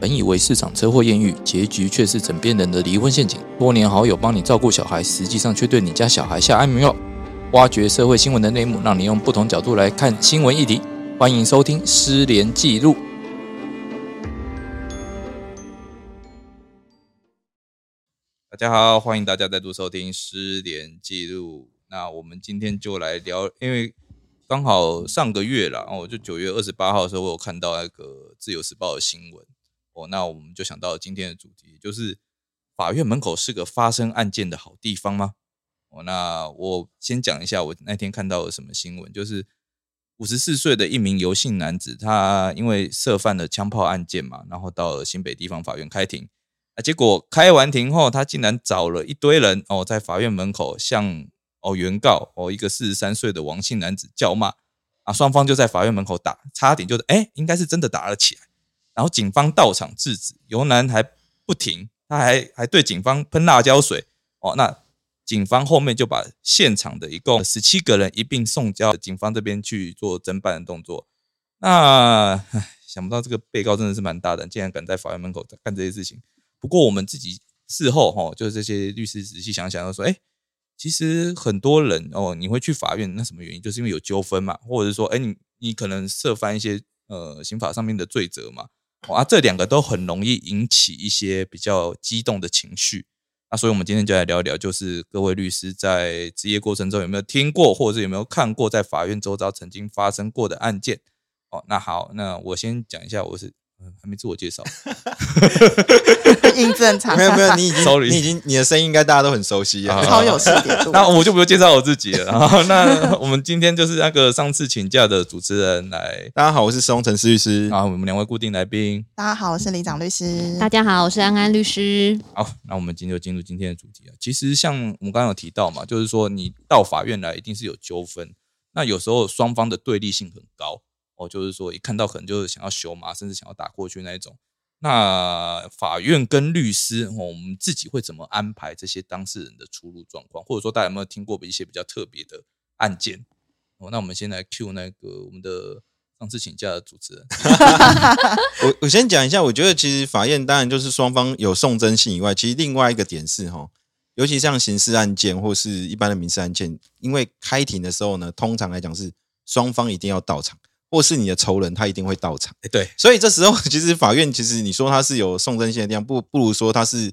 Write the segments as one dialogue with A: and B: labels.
A: 本以为市场车祸艳遇，结局却是枕边人的离婚陷阱。多年好友帮你照顾小孩，实际上却对你家小孩下安眠药。挖掘社会新闻的内幕，让你用不同角度来看新闻议题。欢迎收听《失联记录》。大家好，欢迎大家再度收听《失联记录》。那我们今天就来聊，因为刚好上个月啦，哦，就九月二十八号的时候，我有看到那个《自由时报》的新闻哦，那我们就想到今天的主题，就是法院门口是个发生案件的好地方吗？哦，那我先讲一下我那天看到的什么新闻，就是五十四岁的一名游姓男子，他因为涉犯了枪炮案件嘛，然后到了新北地方法院开庭。啊，结果开完庭后，他竟然找了一堆人哦，在法院门口向哦原告哦一个四十三岁的王姓男子叫骂啊，双方就在法院门口打，差点就是哎，应该是真的打了起来。然后警方到场制止，尤南还不停，他还还对警方喷辣椒水哦。那警方后面就把现场的一共十七个人一并送交警方这边去做侦办的动作。那唉想不到这个被告真的是蛮大胆，竟然敢在法院门口干这些事情。不过我们自己事后哈、哦，就是这些律师仔细想想，就说，哎，其实很多人哦，你会去法院，那什么原因？就是因为有纠纷嘛，或者是说，哎，你你可能涉犯一些呃刑法上面的罪责嘛。哦、啊，这两个都很容易引起一些比较激动的情绪。那所以，我们今天就来聊一聊，就是各位律师在职业过程中有没有听过，或者是有没有看过在法院周遭曾经发生过的案件？哦，那好，那我先讲一下，我是、嗯还没自我介绍，
B: 印证常
C: 没有 没有，你已经
A: Sorry
C: 你已经你的声音应该大家都很熟悉啊。
B: 超有识别度。
A: 那我就不用介绍我自己了。然后，那我们今天就是那个上次请假的主持人来，
C: 大家好，我是松城市律师。
A: 啊，我们两位固定来宾。
B: 大家好，我是李长律师。
D: 大家好，我是安安律师。
A: 好，那我们今天就进入今天的主题啊。其实像我们刚刚有提到嘛，就是说你到法院来一定是有纠纷，那有时候双方的对立性很高哦，就是说一看到可能就是想要修嘛，甚至想要打过去那一种。那法院跟律师、哦，我们自己会怎么安排这些当事人的出入状况，或者说大家有没有听过一些比较特别的案件？哦，那我们先来 Q 那个我们的上次请假的主持人，
C: 我我先讲一下，我觉得其实法院当然就是双方有送真性以外，其实另外一个点是哈，尤其像刑事案件或是一般的民事案件，因为开庭的时候呢，通常来讲是双方一定要到场，或是你的仇人他一定会到场。
A: 哎，对，
C: 所以这时候其实法院其实你说它是有送真性的地方，不不如说它是，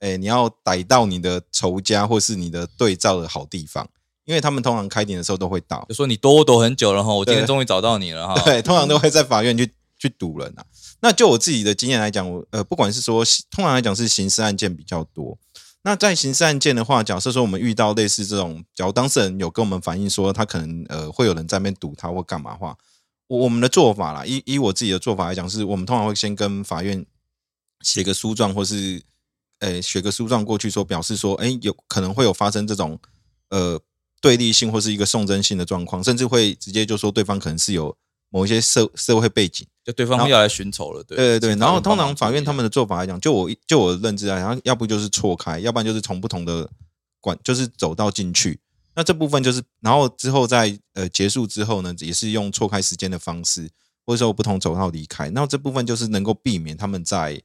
C: 哎、你要逮到你的仇家或是你的对照的好地方，因为他们通常开庭的时候都会到
A: 就。说你躲我躲很久了哈，我今天
C: 对
A: 终于找到你了哈。
C: 对，通常都会在法院去去堵人啊。那就我自己的经验来讲，我呃，不管是说，通常来讲是刑事案件比较多。那在刑事案件的话，假设说我们遇到类似这种，假如当事人有跟我们反映说他可能呃会有人在那边堵他或干嘛的话，我我们的做法啦，依依我自己的做法来讲，是我们通常会先跟法院写个诉状，或是呃写个诉状过去说，表示说，哎、有可能会有发生这种呃对立性或是一个送真性的状况，甚至会直接就说对方可能是有某一些社社会背景。
A: 就对方要来寻仇了，对
C: 对对对，
A: 请
C: 然后
A: 人帮
C: 通
A: 忙
C: 常法院他们的做法来讲，就我就我的认知来讲，要不就是错开，要不然就是从不同的管，就是走到进去。那这部分就是，然后之后在呃结束之后呢，也是用错开时间的方式，或者说不同走道离开。那这部分就是能够避免他们在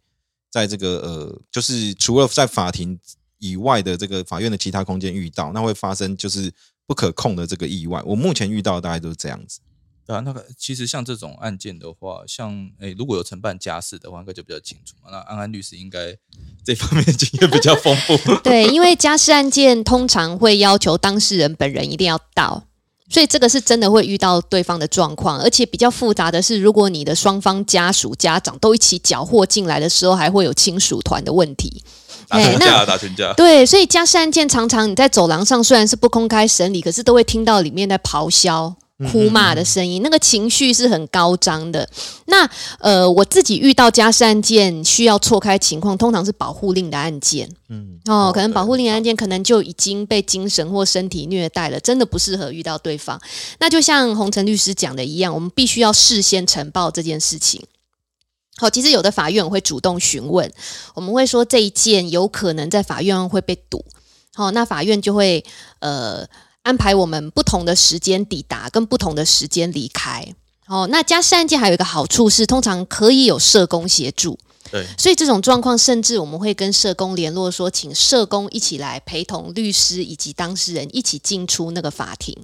C: 在这个呃，就是除了在法庭以外的这个法院的其他空间遇到，那会发生就是不可控的这个意外。我目前遇到的大概都是这样子。
A: 对啊，那个其实像这种案件的话，像诶、如果有承办家事的话，应该就比较清楚嘛。那安安律师应该这方面经验比较丰 富，
D: 对，因为家事案件通常会要求当事人本人一定要到，所以这个是真的会遇到对方的状况，而且比较复杂的是，如果你的双方家属、家长都一起缴获进来的时候，还会有亲属团的问题。
A: 打
D: 哎
A: 群
D: 那
A: 架，打群架。
D: 对，所以家事案件常常你在走廊上虽然是不公开审理，可是都会听到里面在咆哮。哭骂的声音，那个情绪是很高涨的。那呃，我自己遇到家事案件需要错开情况，通常是保护令的案件。
C: 嗯，
D: 哦，可能
A: 对
D: 保护令案件可能就已经被精神或身体虐待了，真的不适合遇到对方。那就像洪晨律师讲的一样，我们必须要事先呈报这件事情。好，其实有的法院会主动询问，我们会说这一件有可能在法院会被堵。好，那法院就会呃安排我们不同的时间抵达，跟不同的时间离开。哦，那家事案件还有一个好处是，通常可以有社工协助。
A: 对，
D: 所以这种状况，甚至我们会跟社工联络说，请社工一起来陪同律师以及当事人一起进出那个法庭。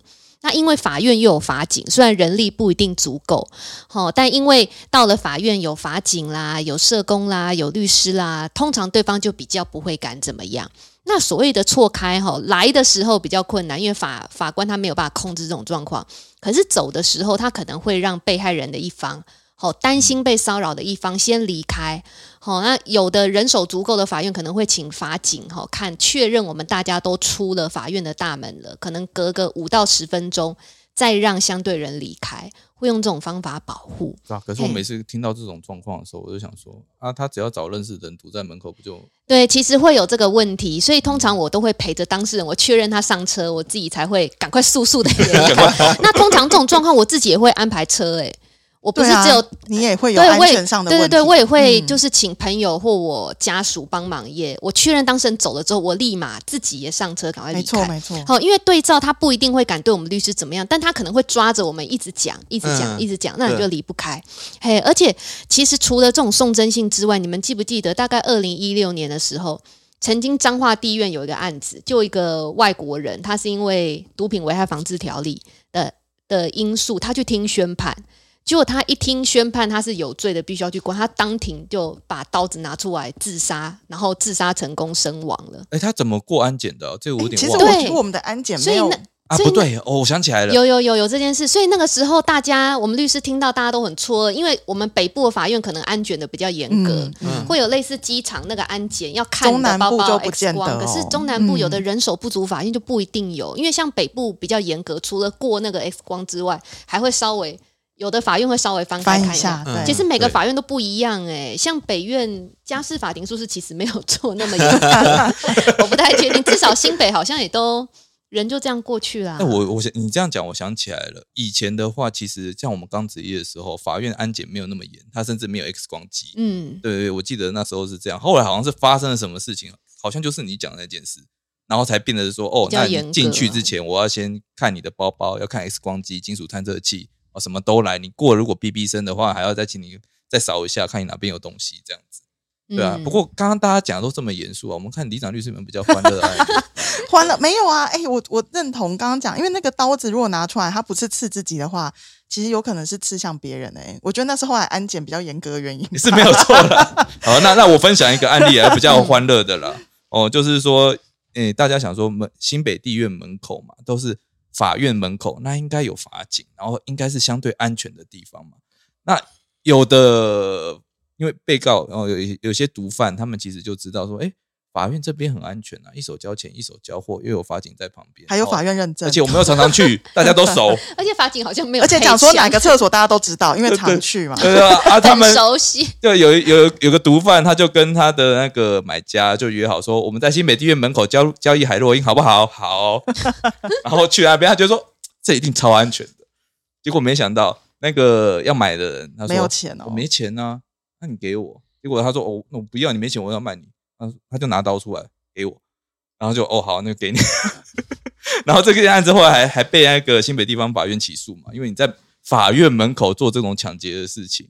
D: 那因为法院又有法警，虽然人力不一定足够，哦，但因为到了法院有法警啦，有社工啦，有律师啦，通常对方就比较不会敢怎么样。那所谓的错开哈、来的时候比较困难，因为法法官他没有办法控制这种状况。可是走的时候，他可能会让被害人的一方，好、担心被骚扰的一方先离开，好、那有的人手足够的法院可能会请法警，哈、看确认我们大家都出了法院的大门了，可能隔个五到十分钟再让相对人离开，会用这种方法保护。
A: 是啊。可是我
D: 嘿
A: 每次听到这种状况的时候，我就想说啊，他只要找认识的人堵在门口，不就
D: 对，其实会有这个问题，所以通常我都会陪着当事人，我确认他上车，我自己才会赶快速速的离开。那通常这种状况，我自己也会安排车、欸，我不
B: 对
D: 是
B: 啊
D: 只有
B: 你也会有
D: 对，
B: 安
D: 我也
B: 全上的
D: 对
B: 问
D: 对
B: 题。
D: 对，我也会
B: 嗯
D: 就是请朋友或我家属帮忙也，我确认当事人走了之后，我立马自己也上车，赶快离
B: 没错
D: 开。
B: 没
C: 哦
B: 错，
D: 好，因为对照他不一定会敢对我们律师怎么样，但他可能会抓着我们一直讲，一直讲，
C: 嗯
D: 一直讲，那你
C: 对
D: 就离不开。嘿，而且其实除了这种送真性之外，你们记不记得大概二零一六年的时候，曾经彰化地院有一个案子，就一个外国人，他是因为毒品危害防治条例的的因素，他去听宣判。结果他一听宣判他是有罪的，必须要去关。他当庭就把刀子拿出来自杀，然后自杀成功身亡了。
A: 哎、他怎么过安检的啊、这个我有
B: 诶
A: 点
B: 其实
A: 忘
B: 我
A: 了
D: 对
B: 觉得我们的安检
D: 所
B: 没
D: 以
B: 有
D: 那
A: 啊，
D: 所以
A: 不对哦，我想起来了，
D: 有有有有这件事，所以那个时候大家，我们律师听到大家都很错愕，因为我们北部的法院可能安检的比较严格
B: 嗯，
C: 嗯
B: 嗯，
D: 会有类似机场那个安检要看
B: 中
D: 你的
B: 南
D: 包
B: 部
D: 包
B: 就
D: X
B: 不见得
D: 光，
B: 哦
D: 可是中南部有的人手不足，法院就不一定有，因为像北部比较严格，除了过那个 X 光之外，还会稍微有的法院会稍微翻开
B: 翻
D: 看
B: 一下，
C: 嗯
B: 对，
D: 其实每个
A: 对
D: 法院都不一样哎、像北院家事法庭是不是其实没有做那么 严格？我不太确定，至少新北好像也都人就这样过去啦。
A: 那我我想你这样讲，我想起来了。以前的话，其实像我们刚执业的时候，法院安检没有那么严，他甚至没有 X 光机。
D: 嗯，
A: 对对对，我记得那时候是这样。后来好像是发生了什么事情，好像就是你讲的那件事，然后才变得说，哦，
D: 比较
A: 那
D: 严格
A: 你进去
D: 啊
A: 之前，我要先看你的包包，要看 X 光机、金属探测器，哦，什么都来。你过了如果哔哔声的话，还要再请你再扫一下，看你哪边有东西这样子。对啊，
D: 嗯
A: 不过刚刚大家讲的都这么严肃啊，我们看李长律师们比较欢乐的案例
B: 欢乐没有啊？哎、我我认同刚刚讲，因为那个刀子如果拿出来，它不是刺自己的话，其实有可能是刺向别人哎、我觉得那是后来安检比较严格的原因。
A: 是没有错啦。 好，那那我分享一个案例啊，比较欢乐的啦。哦，就是说，诶、大家想说门新北地院门口嘛，都是法院门口，那应该有法警，然后应该是相对安全的地方嘛。那有的因为被告，然、后有一有些毒贩，他们其实就知道说，诶、法院这边很安全啊，一手交钱，一手交货，又有法警在旁边，
B: 还有
A: 哦
B: 法院认证，
A: 而且我们又常常 去，大家都熟，
D: 而且法警好像没有
B: 而
D: 配枪，
B: 且讲说哪个厕所大家都知道，因为常去嘛。
A: 对啊，啊，他们
D: 很熟悉，
A: 就有一有有个毒贩，他就跟他的那个买家就约好说，我们在新北地院门口交交易海洛因好不好？好， 然后去那边，他就说这一定超安全的。结果没想到那个要买的人，他说
B: 没有钱哦
A: 我没钱啊，那你给我。结果他说哦，那我不要，你没钱，我要卖你。他说他就拿刀出来给我，然后就哦好，那就给你。 然后这个案子后来还还被那个新北地方法院起诉嘛，因为你在法院门口做这种抢劫的事情，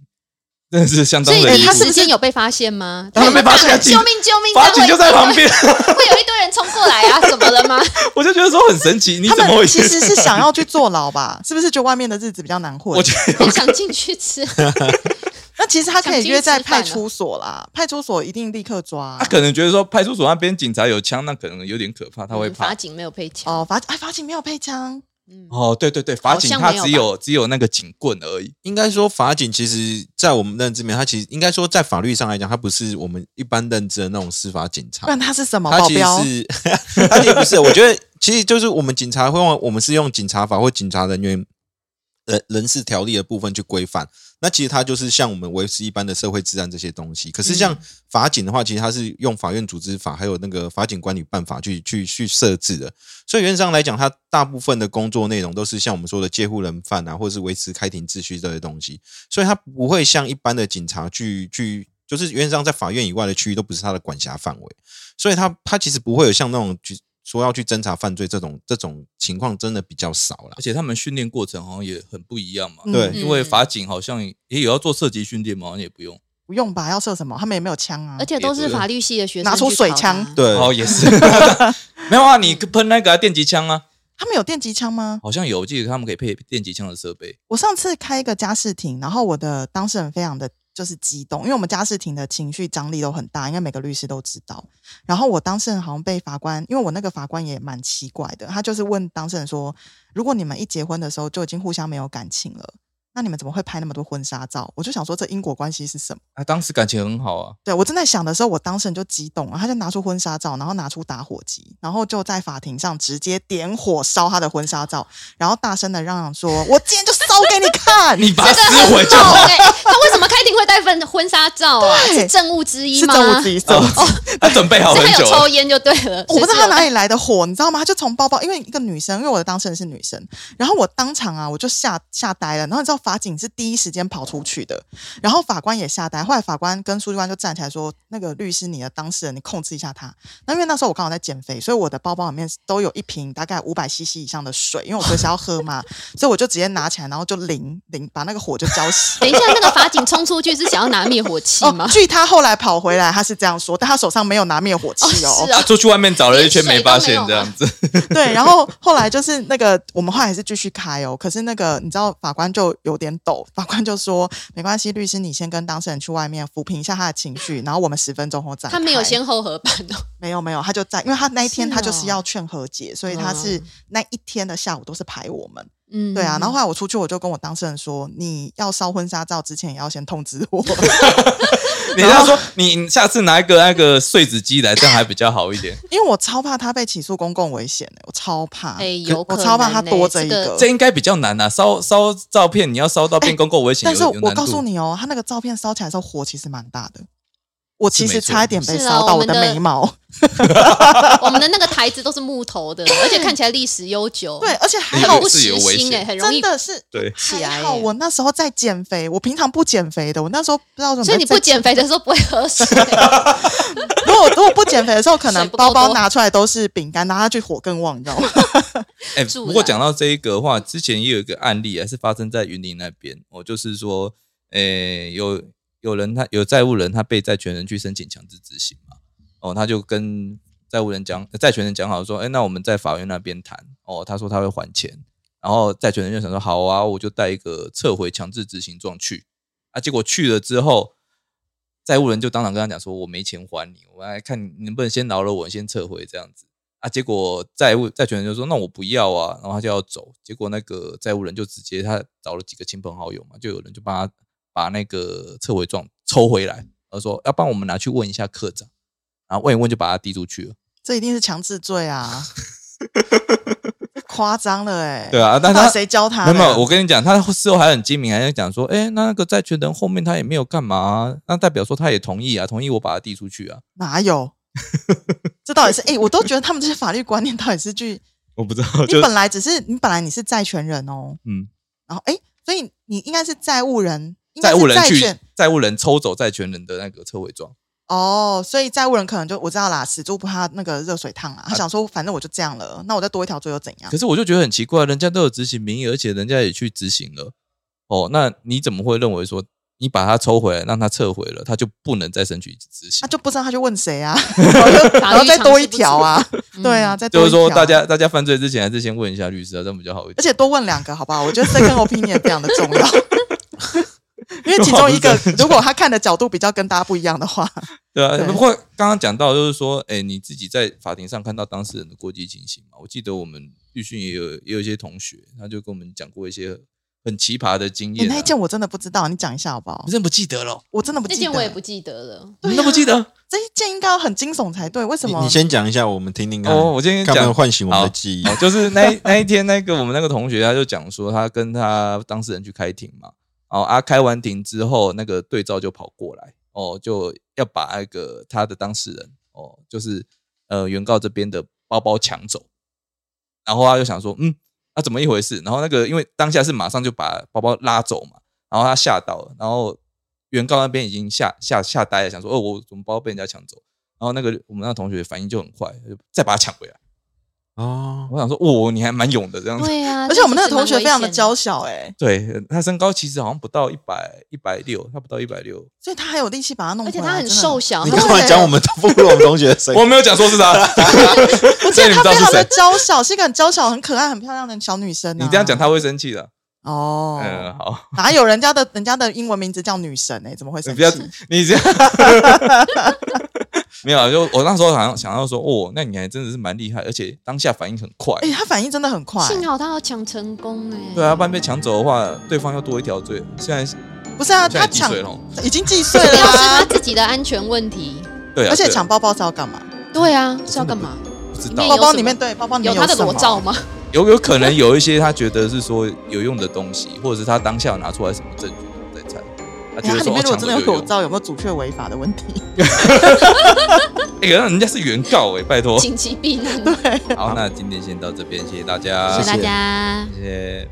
A: 真的是相当
D: 所
A: 的
D: 以哎
A: 离谱。
B: 对
D: 第一
B: 他是
D: 时间有被发现吗？
A: 当然被发现啊
D: 救命救命！
A: 法警就在旁边，
D: 会有一堆人冲过来 啊，怎么了吗？
A: 我就觉得说很神奇，你
B: 他
A: 怎么
B: 们
A: 会？
B: 其实是想要去坐牢吧？是不是觉得外面的日子比较难混
A: 我？觉得
D: 很想进去吃，
B: 那其实他可以约在
D: 想进去吃饭
B: 派
D: 啊
B: 出所啦，派出所一定立刻抓啊、
A: 他可能觉得说派出所那边警察有枪，那可能有点可怕，他会
D: 嗯法
A: 怕。
D: 警没有配枪，
B: 哦，法哎法警没有配枪，
D: 嗯，
A: 哦，对对对，法警
D: 好
A: 他
D: 像没有
A: 只有只有那个警棍而已。
C: 应该说，法警其实，在我们认知里面，他其实应该说，在法律上来讲，他不是我们一般认知的那种司法警察
B: 不，然他是什么
C: 他
B: 保
C: 其实
B: 镖？
C: 是， 他其实不是。我觉得，其实就是我们警察会用，我们是用警察法或警察人员人人事条例的部分去规范。那其实它就是像我们维持一般的社会治安这些东西。可是像法警的话，其实它是用法院组织法还有那个法警管理办法去去去设置的。所以原则上来讲，它大部分的工作内容都是像我们说的戒护人犯啊，或者是维持开庭秩序这些东西。所以它不会像一般的警察去去，就是原则上在法院以外的区域都不是它的管辖范围。所以他他其实不会有像那种去说要去侦查犯罪这种这种情况，真的比较少啦
A: 而。且他们训练过程好像也很不一样嘛，
B: 嗯
C: 对
A: 因为法警好像也有要做射击训练嘛，好像也不用。
B: 不用吧？要射什么？他们也没有枪啊
D: 而。且都
A: 也
D: 是
A: 不是
D: 法律系的学生
B: 拿出
D: 去
B: 水
D: 考的
B: 枪
D: 啊，
C: 对，
A: 哦，也是， 没有啊，你喷那个、啊、电击枪啊，
B: 他们有电击枪吗？
A: 好像有，我记得他们可以配电击枪的设备。
B: 我上次开一个家事庭，然后我的当事人非常的就是激动，因为我们家事庭的情绪张力都很大，应该每个律师都知道。然后我当事人好像被法官，因为我那个法官也蛮奇怪的，他就是问当事人说：“如果你们一结婚的时候就已经互相没有感情了，那你们怎么会拍那么多婚纱照？”我就想说，这因果关系是什么？
A: 啊，当时感情很好啊，
B: 对我正在想的时候，我当事人就激动了，他就拿出婚纱照，然后拿出打火机，然后就在法庭上直接点火烧他的婚纱照，然后大声的嚷嚷说：“我今天就烧给你看！”
A: 你把它撕毁就好。
D: 对，哎他为什么开庭会带婚婚纱照啊？
B: 对
D: 是政务之一
B: 是
D: 吗？
B: 这我自己送。
A: 他准备好
D: 是
A: 很
D: 他有
A: 久啊
D: 抽
A: 了，
D: 烟就对了。
B: 我不知道他哪
D: 里
B: 里来的火，你知道吗？他就从包包，因为一个女生，因为我的当事人是女生，然后我当场啊，我就吓吓呆了。然后你知道法警是第一时间跑出去的，然后法官也吓呆。后来法官跟书记官就站起来说：“那个律师，你的当事人，你控制一下他。”那因为那时候我刚好在减肥，所以我的包包里面都有一瓶大概五百 CC 以上的水，因为我随时要喝嘛，所以我就直接拿起来，然后就淋淋，把那个火就浇 熄。
D: 等一下，那个法警冲出去是想要拿灭火器吗
B: 哦，？据他后来跑回来，他是这样说，但他手上没有拿灭火器哦。
D: 哦是啊
A: 他出去外面找了一圈没发现这
D: 连水都没有
A: 样
D: 吗
A: 子。
B: 对，然后后来就是那个，我们后来还是继续开哦。可是那个，你知道，法官就有点抖，法官就说：“没关系，律师，你先跟当事人去外面抚平一下他的情绪，然后我们十分钟后再。”
D: 他没有先后合办哦，
B: 没有没有，他就在，因为他那一天
D: 是
B: 他就是
D: 哦
B: 要劝和解，所以他是那一天的下午都是排我们。
D: 嗯，
B: 对啊，然后后来我出去，我就跟我当事人说：“你要烧婚纱照之前也要先通知 我。”
A: 你
D: 啊
A: 要说你你下次拿一个那个碎纸机来，这样还比较好一 点。
B: 因为我超怕他被起诉公共危险的，我超怕。
D: 哎，有可
B: 我
D: 能
B: 超怕他
D: 欸
B: 多着一
D: 这
B: 个
A: 这应该比较难啊，烧烧照片你要烧到变公共危险，
B: 但
A: 有
B: 是
A: 有
B: 我
A: 难
B: 告诉
A: 度。
B: 你哦，他那个照片烧起来的时候火其实蛮大的，我其
A: 是
B: 实
A: 没错
B: 差一点被
D: 是
B: 烧
D: 啊
B: 到
D: 我
B: 我
D: 们
B: 的
D: 的
B: 眉 毛。
D: 我们的那个台子都是木头的，而且看起来历史悠久，
B: 对，，而且还
A: 那
B: 好
D: 很
A: 个
D: 不
A: 是有
D: 实
A: 危
D: 心
A: 险
D: 哎，很容
B: 真
D: 易。
B: 的是
A: 对，
D: 起来
B: 还好
D: 欸
B: 我那时候在减肥，我平常不减肥的，我那时候不知道怎么。
D: 所以你不减肥的时候不会喝水，
B: 如果如果不减肥的时候，可能
D: 水不够
B: 包包
D: 多
B: 拿出来都是饼干，拿下去火更旺，你知道吗？
A: 哎、
D: 住
A: 不过
D: 啦
A: 讲到这一个的话，之前也有一个案例啊，是发生在云林那边。我就是说，呃、有有人他有债务人，他被债权人去申请强制执行嘛，哦，他就跟债务人讲，债权人讲好说，哎、那我们在法院那边谈。哦，他说他会还钱，然后债权人就想说，好啊，我就带一个撤回强制执行状去。啊，结果去了之后，债务人就当场跟他讲说，我没钱还你，我来看你能不能先饶了我，先撤回这样子。啊，结果债务债权人就说那我不要啊，然后他就要走。结果那个债务人就直接他找了几个亲朋好友嘛，就有人就帮他把那个撤回状抽回来，他说要不然我们拿去问一下科长，然后问一问就把他递出去了。
B: 这一定是强制罪啊！夸张了哎、
A: 对啊，但
B: 到底
A: 他
B: 谁教他
A: 没
B: 的？
A: 有没有，我跟你讲，他事后还很精明，还在讲说，哎，那那个债权人后面他也没有干嘛啊、那代表说他也同意啊，同意我把他递出去啊。
B: 哪有？ 这到底是哎、我都觉得他们这些法律观念到底是去，
A: 我不知道，
B: 你本来只是你本来你是债权人哦，
A: 嗯，
B: 然后哎、诶所以你应该是债务人，应该
A: 债
B: 是
A: 务人
B: 债
A: 去
B: 权
A: 债务人抽走债权人的那个撤回状。
B: 哦，所以债务人可能就我知道啦，死猪不怕那个热水烫啊，他想说反正我就这样了，那我再多一条罪又怎样
A: 可？是我就觉得很奇怪，人家都有执行名义，而且人家也去执行了，哦，那你怎么会认为说你把它抽回来，让它撤回了，他就不能再申请执行
B: 他？就不知道他就问谁 啊，然后就然后再多一条啊，
D: 嗯
B: 对啊，，再多
A: 就
B: 一
A: 是
B: 条
A: 说，大家大家犯罪之前还是先问一下律师啊，这样比较好一
B: 而
A: 点。
B: 且多问两个好不好？我觉得 second opinion 非常的重要，因为其中一个如果他看的角度比较跟大家不一样的话，
A: 对啊，
B: 对
A: 不过刚刚讲到就是说，哎，你自己在法庭上看到当事人的过激情形嘛？我记得我们律训也有也有一些同学，他就跟我们讲过一些很奇葩的经
B: 你
A: 验、
B: 哎那
A: 啊
B: 一。件我真的不知道，你讲一下好不好
A: 你？真不记得了？
B: 我真的不
D: 那
B: 记得，
D: 件我也不记得了。
B: 啊
A: 你都不记得？
B: 这一件应该要很惊悚才对，为什
C: 你
B: 么？
C: 你先讲一下，我们听听看。
A: 哦，我今天
C: 看有没
A: 讲
C: 有唤醒我们的
A: 好
C: 记忆？
A: 哦，就是那一那一天，那个我们那个同学他就讲说，他跟他当事人去开庭嘛，哦啊，开完庭之后，那个对照就跑过来，哦，就要把那个他的当事人，哦，就是呃原告这边的包包抢走，然后他就想说，嗯，那、怎么一回事？然后那个因为当下是马上就把包包拉走嘛，然后他吓到了，然后原告那边已经吓吓吓呆了，想说，哦，我怎么包被人家抢走？然后那个我们那同学反应就很快，就再把它抢回来。
C: 哦，
A: 我想说，哦，你还蛮勇的这样子。
D: 对啊，
B: 而且我们那个同学非常的娇
D: 娇，
B: 小哎、欸
A: 对他身高其实好像不到一百一百六，他不到一百六。
B: 所以他还有力气把它弄
D: 而
B: 回来。
D: 且他很
B: 真的
D: 瘦，小，
C: 你
D: 他
C: 干
D: 会
C: 嘛讲我们不如我们同学的身高
A: 我？没有讲说是他，
B: 我记
A: 所以
B: 得
A: 你知
B: 她
A: 道
B: 非
A: 是
B: 常的
A: 谁。
B: 娇小，是一个很娇小、很可爱、很漂亮的小女生、啊。
A: 你这样讲他会生气的。
B: 哦，
A: 嗯，好，
B: 哪有人家的人家的英文名字叫女神哎、怎么会
A: 你
B: 生
A: 不要
B: 气？
A: 你这样。 没有啊，就我那时候好像想要说，哦，那你还真的是蛮厉害，而且当下反应很快。
B: 哎、她反应真的很快、
D: 幸好他要抢成功哎、
A: 对啊，不然被抢走的话，对方又多一条罪。现在
B: 不是啊，
A: 现在
B: 她
A: 几
B: 抢
A: 岁了？
B: 已经既碎
D: 主
B: 了
D: 要是他
B: 啊，
D: 自己的安全问题。
A: 对啊，
B: 而且
A: 对啊
B: 抢包包是要干嘛？
D: 对啊，是要干嘛？
A: 不知
D: 里
A: 道
D: 面
B: 包包
D: 有什么
B: 里面对包包里面
D: 有他的
B: 什么
D: 裸 照？吗？
A: 有有可能有一些他觉得是说有用的东西，或者是他当下拿出来什么证据我在猜，他
B: 哎
A: 觉
B: 它
A: 得
B: 里
A: 说哦
B: 面如果
A: 抢
B: 真的有
A: 了
B: 裸
A: 有用，
B: 照，有没有主确违法的问题？
A: 哎，可能人家是原告哎， 拜托。
B: 啊
D: 紧急避难，
A: 好，那今天先到这边，谢谢大
D: 谢
A: 家，
D: 谢大家。
A: 谢谢。